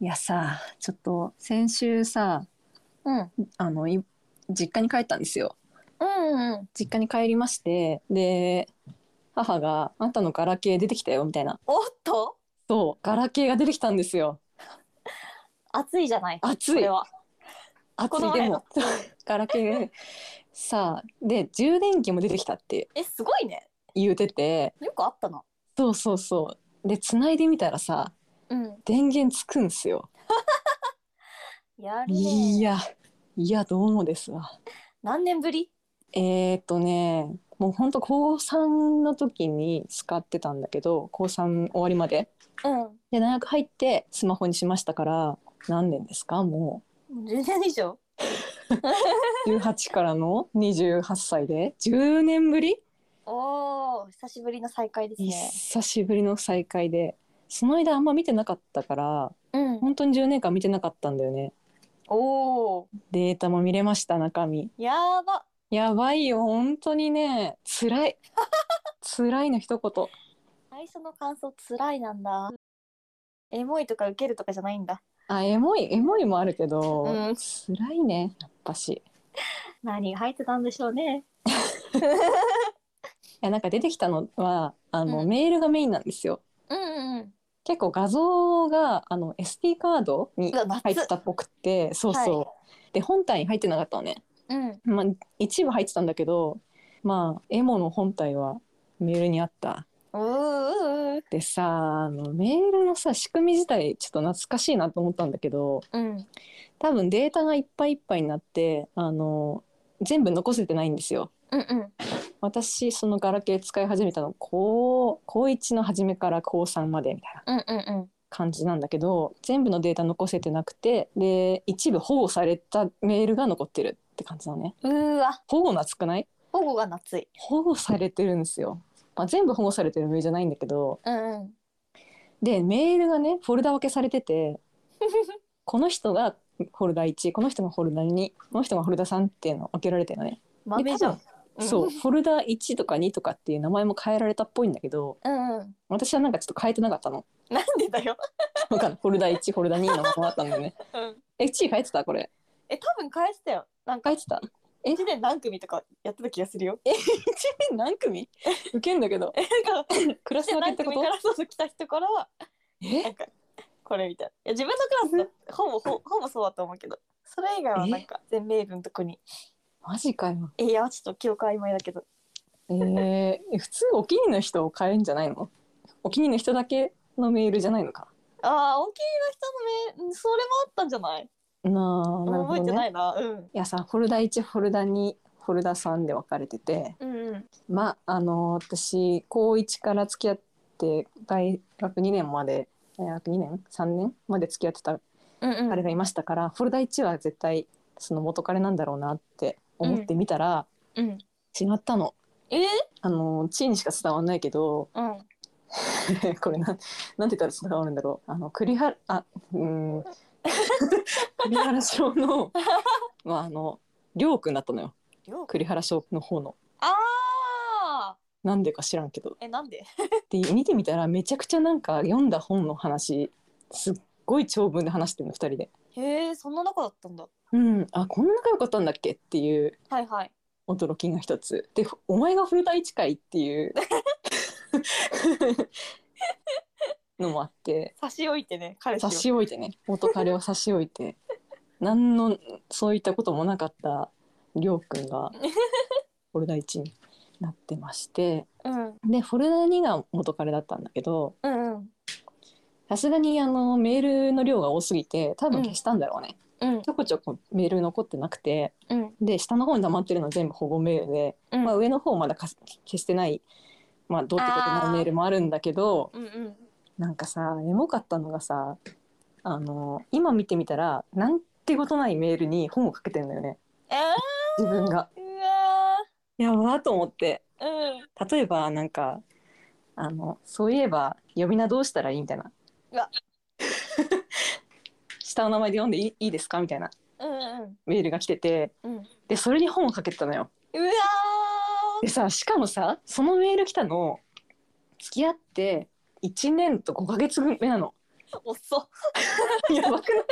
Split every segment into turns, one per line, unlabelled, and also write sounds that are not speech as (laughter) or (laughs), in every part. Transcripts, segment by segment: いやさちょっと先週さ
うん、うん
あのい実家に帰ったんですよ
うん
実家に帰りましてで母が「あんたのガラケー出てきたよ」みたいな
おっと
そうガラケーが出てきたんですよ
暑いじゃない
熱
こ
い
れは
熱
この
いで
前
も
の
ガラケーでさあで充電器も出てきたって
えすごいね
言うてて
よくあったな
そうそうそうで繋いでみたらさ
うん
電源つくんすよ
やるね
いやいやどうもですわ
何年ぶり
えーっとねもうほんと高3の時に使ってたんだけど高3終わりまで
う
で大学入ってスマホにしましたから何年ですかも
ん10年以上
う18からの28歳で10年ぶり
おー久しぶりの再会ですね
久しぶりの再会でその間あんま見てなかったから
うん
本当に10年間見てなかったんだよね
おー
データも見れました中身
やば
やばいよ本当にね辛い辛いの一言
最初の感想つらいなんだエモいとか受けるとかじゃないんだ
あエモいエモいもあるけど、
うん
辛いねやっぱし
何が入ってたんでしょうね
いやなんか出てきたのはあの、
うん
メールがメインなんですよ
うんうんうん
結構画像があの SD カードに
うわ夏
入ってたっぽくてそうそう、
はい
で本体に入ってなかったのね
うん
まあ一部入ってたんだけどまあエモの本体はメールにあった
うー
でさあのメールのさ仕組み自体ちょっと懐かしいなと思ったんだけど
うん
多分データがいっぱいいっぱいになってあの全部残せてないんですよ
うんうん
私そのガラケー使い始めたの高高1の初めから高3までみたいな
うんうんうん
感じなんだけど全部のデータ残せてなくてで一部保護されたメールが残ってるって感じなのね
うーわ
保護なつくない
保護が夏い
保護されてるんですよ、まあ、全部保護されてるメールじゃないんだけど
うんうん
でメールがねフォルダ分けされてて
(laughs)
この人がフォルダ1この人がフォルダ2この人がフォルダ3っていうのを分けられてるのね
豆じゃん。ん
そうフォルダ1とか2とかっていう名前も変えられたっぽいんだけど
うんうん。
私はなんかちょっと変えてなかったの
なんでだよ。
わかんないフォルダ1フォルダ2のままだったんだよねえ1位変えてたこれ
え、多分返したよ。なんか
変えて
(laughs)
た
一年何組とかやってた気がするよ。
え1位何組受けんだけど
え、なんか
クラス分けっ
何
てこ
組
と
からそう来た人からはな
え
んかこれみたいな。いや自分のクラスだほぼほほぼそうだと思うけど、それ以外はなんか全メールのとこに。
マジかよ
えいやちょっと記憶曖昧だけど。
えー、普通お気に入りの人を変えるんじゃないのお気に入りの人だけのメールじゃないのか
ああ、大きいの人のメール、それもあったんじゃない？
なあなるほ
覚え
ど
て
ね
ないな。うん。
いやさフォルダ1フォルダ2フォルダ3で分かれてて
うんうん。
まああの私高1から付き合って大学2年まで大学2年3年まで付き合ってた
うんうん。
彼がいましたから、フォルダ1は絶対その元彼なんだろうなって思ってみたら、
うん。
違ったの。
えー
あの地位にしか伝わんないけど (laughs)
うん。
これなんなんて言ったら伝わるんだろうあの栗原あうー
(laughs)
ん栗原翔のまああの亮君だったのよ
よく。
栗原翔の方の
ああ。
なんでか知らんけど
えなんで？
で見てみたらめちゃくちゃなんか読んだ本の話すっごい長文で話してるの2人で
へえそんな中だったんだ。
うんあこんな仲良かったんだっけっていう
はいはい。
驚きが一つで「お前がフルタ1回」っていうのもあって
差し置いてね、彼氏を
差し置いてね元彼を差し置いて何のそういったこともなかったりょうくんがフォルダ1になってまして
うん。うん
でフォルダ2が元彼だったんだけど
うん。
さすがにあのメールの量が多すぎて多分消したんだろうね、
うん
ち。ょこちょこメール残ってなくて
うん。
で下の方に溜まってるの全部保護メールで
うん。
まあ、上の方まだかす消してない、まあ、どうってことないメールもあるんだけど
うんうん。
なんかさエモかったのがさあの今見てみたらなんてことないメールに本をかけてんだよね
え
自分が。
ー、うわ
やばーと思って
ー。うん。
例えばなんかあのそういえば呼び名どうしたらいいみたいな
うわ。
(laughs) 下の名前で読んでいいいいですかみたいな
うんうん。
メールが来てて
うん。うわ
でそれに本をかけてたのよ。でさしかもさそのメール来たの付き合って1年と5ヶ月目なの (laughs)
ー。おっそ
やばくない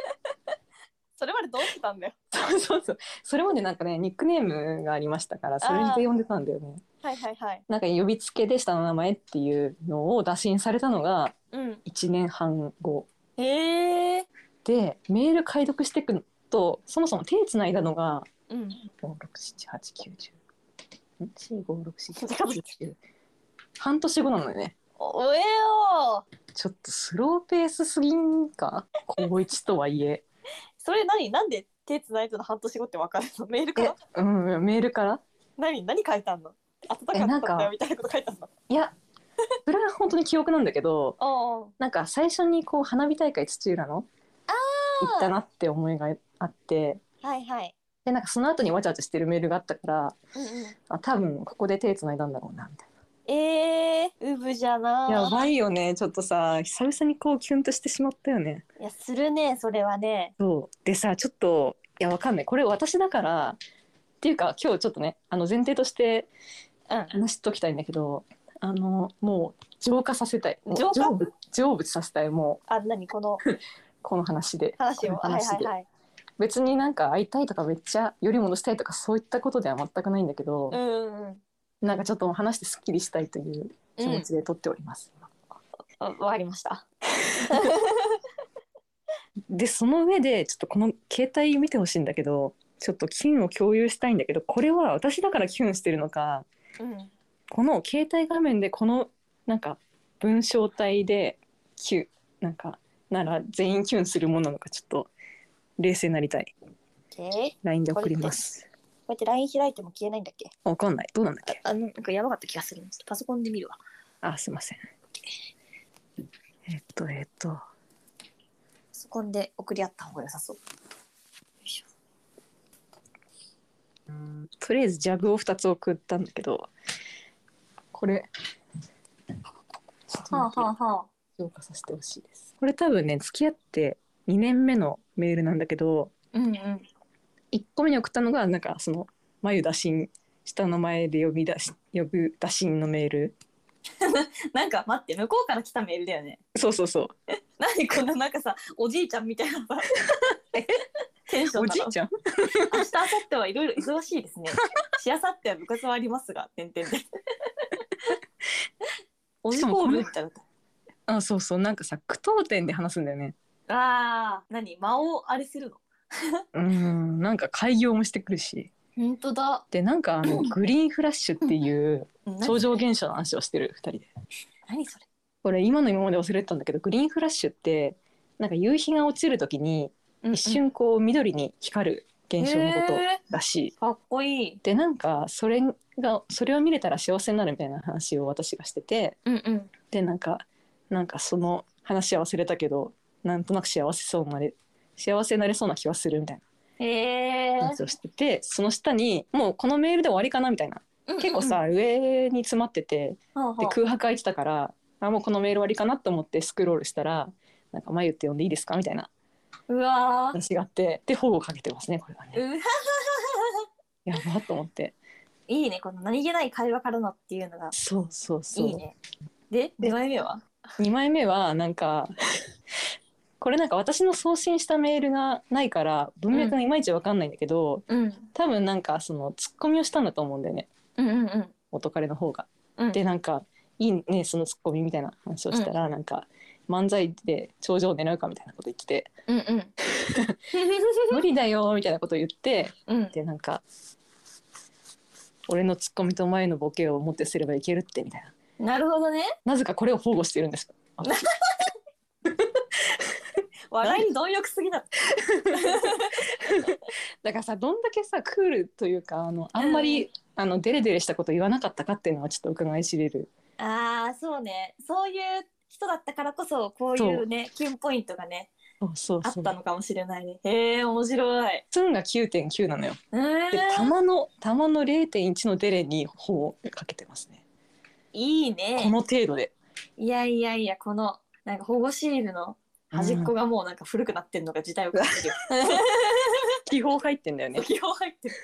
(laughs)
それまでどうしてたんだよ
そうそうそうそれまでなんかねニックネームがありましたからそれで呼んでたんだよね
はいはいはい
なんか呼びつけで下の名前っていうのを打診されたのが
うん
1年半後
へえ
でメール解読していくとそもそも手つないだのが
うん
5678910半年後なのよね
おえよ
ちょっとスローペースすぎんか高一とはいえ
それ何なんで手つないとの半年後って分かるのメールか
えう
ら
んメールから
何何書いたんの暖か
え
か
な
っ
ん
た
か
んだよみたいなこと書いたんだ
いやそれは本当に記憶なんだけど
おう
なんか最初にこう花火大会土浦の行ったなって思いがあって
はいはい
でなんかその後にわちゃわちゃしてるメールがあったから
うんうん
あ多分ここで手つないだんだろうなみたい
えー、ウブじゃな
なやばいよねちょっとさ久々にこうキュンとしてしまったよね
いやするねそれはね
そうでさちょっといやわかんないこれ私だからっていうか今日ちょっとねあの前提として
うん
話しときたいんだけどあのもう浄化させたいもう
浄化
成仏成仏させたいもう
あ何この
この話で
話
こ
を
の
はい
話で、
はいはい
別になんか会いたいとかめっちゃより戻したいとかそういったことでは全くないんだけど
う、んうん
なんかちょっと話してすっきりしたいという
う
気持
ん
ちで撮っております、
あわかりました
でその上でちょっとこの携帯見てほしいんだけどちょっとキュンを共有したいんだけどこれは私だからキュンしてるのか
うん
この携帯画面でこのなんか文章体でキュンなんかなら全員キュンするものなのかちょっと冷静になりたい
OK こ
LINE で送ります
うやって LINE 開いても消えないんだっけ
わかんないどうなんだっけ
あのなんかやばかった気がするんですパソコンで見るわ
あすいませんえっとえっと
パソコンで送り合った方が良さそうよいしょ
とりあえずジャグを2つ送ったんだけどこれちょっと
は
待
あ
って
はあはあ
浄化させてほしいですこれ多分ね付き合って2年目のメールなんだけど
うんうん
1個目に送ったのがなんかその「眉打診」下の名前で呼び出し呼ぶ打診のメール
なんか待って向こうから来たメールだよね
そうそうそう
何こんななんかさおじいちゃんみたい (laughs) なさテンション
お
な
じ
の
いちゃん
明日明後日はいろいろ忙しいです (laughs) ね。しあさっては部活はありますが、点々で。おじこうぶみたいな。
あそうそうなんかさ句読点で話すんだよね
ああ、何間をあれするの。
うーんなんか開業もしてくるし
本当だ。
でなんかあ
(laughs)
のグリーンフラッシュっていう超
何
常現象の話をしてる2人で
何それ。
これ今の今まで忘れてたんだけどグリーンフラッシュってなんか夕日が落ちる時に一瞬こう緑に光る現象のこと
へ
らしい、
ーかっこいい。
でなんかそれがそれを見れたら幸せになるみたいな話を私がしてて
うんうん。
でなんかなんかその話は忘れたけどなんとなく幸せそうになれ幸せになれそうな気はするみたい
へえ
な。話をしてて、その下にもうこのメールで終わりかなみたいな結構さ、上に詰まってて
うんうんうん、
で空白空いてたからあもうこのメール終わりかなと思ってスクロールしたら「なんか眉って呼んでいいですか?」みたいな
うわー。
話があってで保護かけてますねこれは
う
ね。や
わ
ばっと思って
いいね、この何気ない会話からのっていうのが。
そうそう
い
そう。
いね。で、二枚目は。
2枚目はなんか (laughs) これなんか私の送信したメールがないから文脈がいまいちわかんないんだけど、
うん。
多分なんかそのツッコミをしたんだと思うんだよね
うんうんうん
元彼の方が。
うん。
でなんか「いいねそのツッコミ」みたいな話をしたら、なんか漫才で頂上を狙うかみたいなこと言ってて
うんうん。
「無理だよ」みたいなこと言って
(laughs) (laughs) うん。
でなんか「俺のツッコミと前のボケを持ってすればいけるって」みたいな
なるほどね。
なぜかこれを保護してるんです私
笑いに貪欲すぎだ。
だからさどんだけさクールというかあのあんまり、
う
あのデレデレしたこと言わなかったかっていうのはちょっと伺い知れる
ああ、そうね。そういう人だったからこそ、こういうね、キュンポイントがね、
そうそう
あ
そ
っ
う
たのかもしれないね。へえ、面白い。
ツンが9.9なのよ
うーん
で玉の玉の0.1のデレに頬をかけてますね
いい
こ
ね。
の程度で
いやいやいや、この、なんか保護シールの端っこがもうなんか古くなってんのが時代を感じるよ。
気泡入ってんだよね
(laughs) 基本入ってる。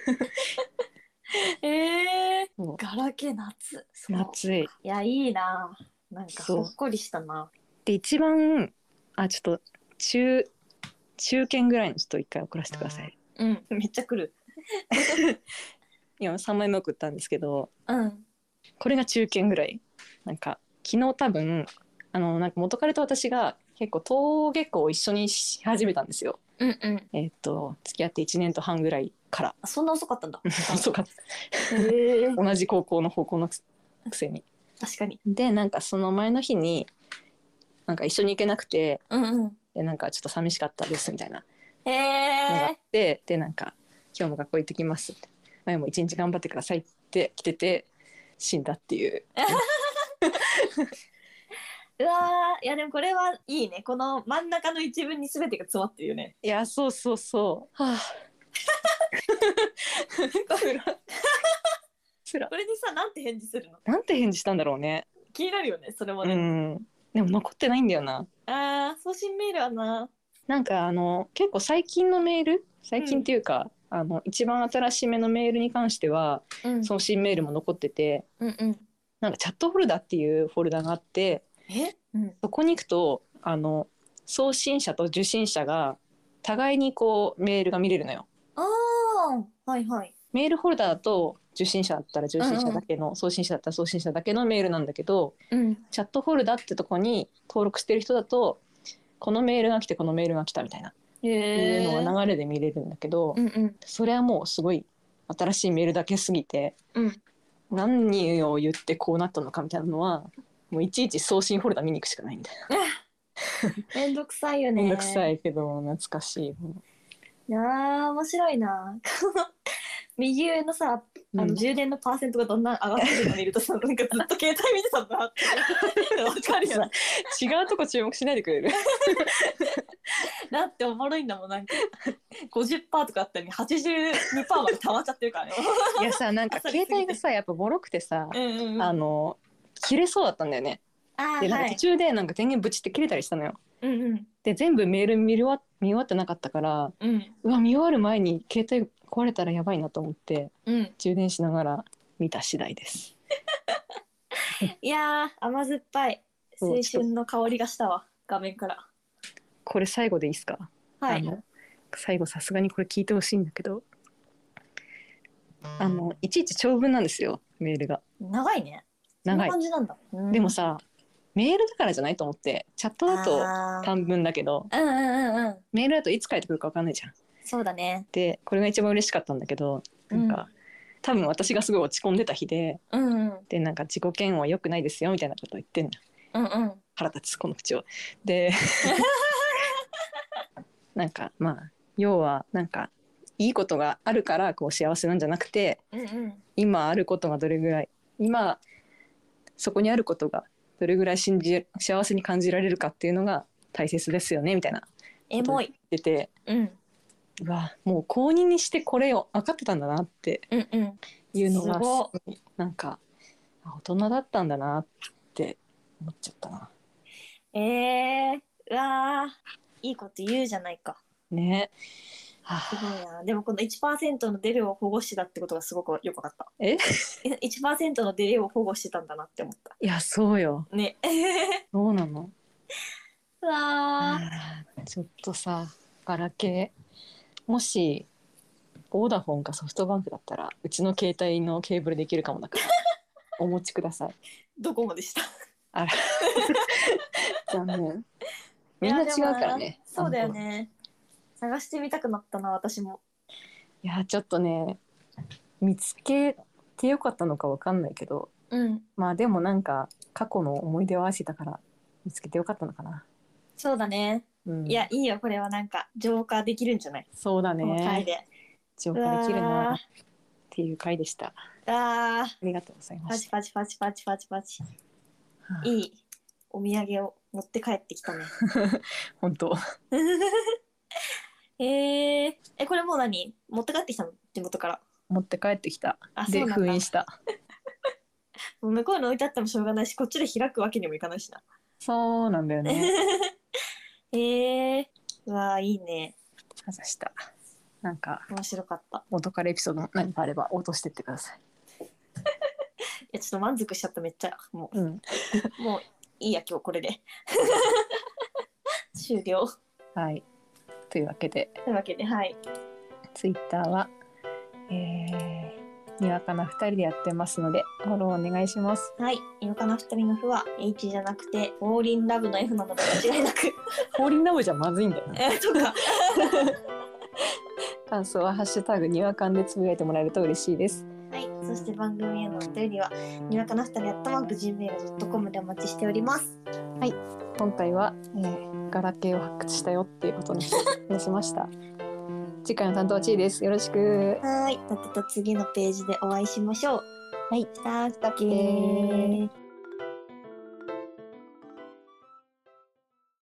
ええ
そう
ガラケー夏。そう
夏い
いや、いいな。なんかほっこりしたな。
で一番あちょっと中中堅ぐらいにちょっと一回送らせてください
うんめっちゃ来る
今3枚目送ったんですけど
うん
これが中堅ぐらいなんか昨日多分あのなんか元彼と私が結構登下校を一緒にし始めたんですよ
うんうん
えっと付き合って1年と半ぐらいから
(laughs) あそんな遅かったんだ
(laughs) 遅かっ
へえ
た同じ高校の方向のくくせに
確かに
でなんかその前の日になんか一緒に行けなくて
うんうん
でなんかちょっと寂しかったですみたいな
へ
のがあっ
え
てでなんか「今日も学校行ってきます」って「前も一日頑張ってください」って来てて死んだっていう
うわーいやでもこれはいいねこの真ん中の一文に全てが詰まってるよね
いやそうそうそうはあつらつら
これにさなんて返事するの
なんて返事したんだろうね
気になるよねそれも
う
ね、
んでも残ってないんだよな
あー送信メールはな
なんかあの結構最近のメール最近っていうか、あの一番新しめのメールに関しては
うん
送信メールも残ってて
うんうん
なんかチャットフォルダっていうフォルダがあって
えうん
そこに行くとあの送信者と受信者が互いにこうメールが見れるのよ。
ああはいはい
メールフォルダだと受信者だったら受信者だけの、送信者だったら送信者だけのメールなんだけど
うん
チャットフォルダってとこに登録してる人だとこのメールが来てこのメールが来たみたいな、
へ
い
え
うのが流れで見れるんだけど、
うんうん
それはもうすごい新しいメールだけすぎて
うん
何を言ってこうなったのかみたいなのはもういちいち送信フォルダ見に行くしかないみたいな。
めんどくさいよね
めんどくさ
い
いけど懐かしい。
やー面白いな (laughs) この右上のさあ
う
の
ん
充電のパーセントがどんな上がってるのを見るとさ、なんかずっと携帯見てたんだなってわかるよね
違うとこ注目しないでく
(laughs)
れる
だっておもろいんだもんなんか50%とかあったのに82%まで溜まっちゃって
(laughs)
るからね
いやさなんか
あそれ
携帯がさやっぱボロくてさ、
うんうんうん
あの切れそうだったんだよね
あ
でなんか途中でなんか電源ブチって切れたりしたのよ
うんうん
で全部メール見るわ見終わってなかったから
うん
うわ見終わる前に携帯壊れたらやばいなと思って
うん
充電しながら見た次第です
いやー甘酸っぱい
そう
青春の香りがしたわ画面から
これ最後でいいですか、
は
あ
い
の最後さすがにこれ聞いてほしいんだけどあのいちいち長文なんですよメールが
長いね
長い
そんな感じなんだ、うん
でもさメールだからじゃないと思ってチャットだと
あー
短文だけど
うんうんうんうん
メールだといつ返ってくるか分かんないじゃん。
そうだね
でこれが一番嬉しかったんだけどなんか、多分私がすごい落ち込んでた日で
うんうん
でなんか自己嫌悪良くないですよみたいなこと言ってんの
うんうん
腹立つこの口を。でなんかまあ要はなんかいいことがあるからこう幸せなんじゃなくて
うんうん
今あることがどれぐらい今そこにあることがどれぐらい信じ幸せに感じられるかっていうのが大切ですよねみたいな
エモい
出て
うん
うわもう公認にしてこれを分かってたんだなって
うんうん
いうのが
すご
すごいなんかあ大人だったんだなって思っちゃったな。
えー、うわーいいこと言うじゃないか
ねは
す
あ
ごいなでもこの1%のデレを保護してたってことがすごくよく分かった
え
1%のデレを保護してたんだなって思った
いやそうよ (laughs)
ね
どうなの
うわー
あーちょっとさガラケーもしオーダフォンかソフトバンクだったらうちの携帯のケーブルできるかもだからお持ちください
どこまでした
あら残
(laughs)
念みんな違うから
いやでも
ね
なそうだよね探してみたくなったな私も
いやちょっとね見つけてよかったのかわかんないけど
うん
まあでもなんか過去の思い出を愛してたから見つけてよかったのかな、
そうだね
うん、
いやいいよこれはなんか浄化できるんじゃない
そうだ
この
ね
回で
浄化できる
うわ
な
ー
っていう回でしたあ
あー
りがとうございま
パ
し
チパチパチパチパチパチ
たはい
いいお土産を持って帰ってきたね
本当
(laughs) えー、えこれもう何持って帰ってきたの地元から
持って帰ってきた
あそ
で
うなん
封
だ
印した
もう向こうに置いてあってもしょうがないしこっちで開くわけにもいかないしな、
そうなん
(laughs)
だよね
えー、うわーいいね
外したなんか
面白かった
元からエピソード何かあれば落としてってください
いやちょっと満足しちゃっためっちゃもう
うん
もういいや今日これで。 (laughs) 終了。
はい。というわけで、
というわけで、はい。
ツイッターは、えー、にわかな2人でやってますので、フォローお願いします。
はい。いのかな二人の負は H じゃなくて、オーリンラブの F なので間違い
(laughs)
なく。
ホーリンラブじゃまずいんだよね。
え、とか。
感想はハッシュタグにわかんでつぶやいてもらえると嬉しいです。
はい。そして番組へのお便りは、にわかな二人やったまく gmail.com でお待ちしております。
今回は、えーガラケーを発掘したよっていうことに話しま (laughs) した。次回の担当はちーです。よろしく。
はい。また次のページでお会いしましょう。
はい。
さあ、だけ
ー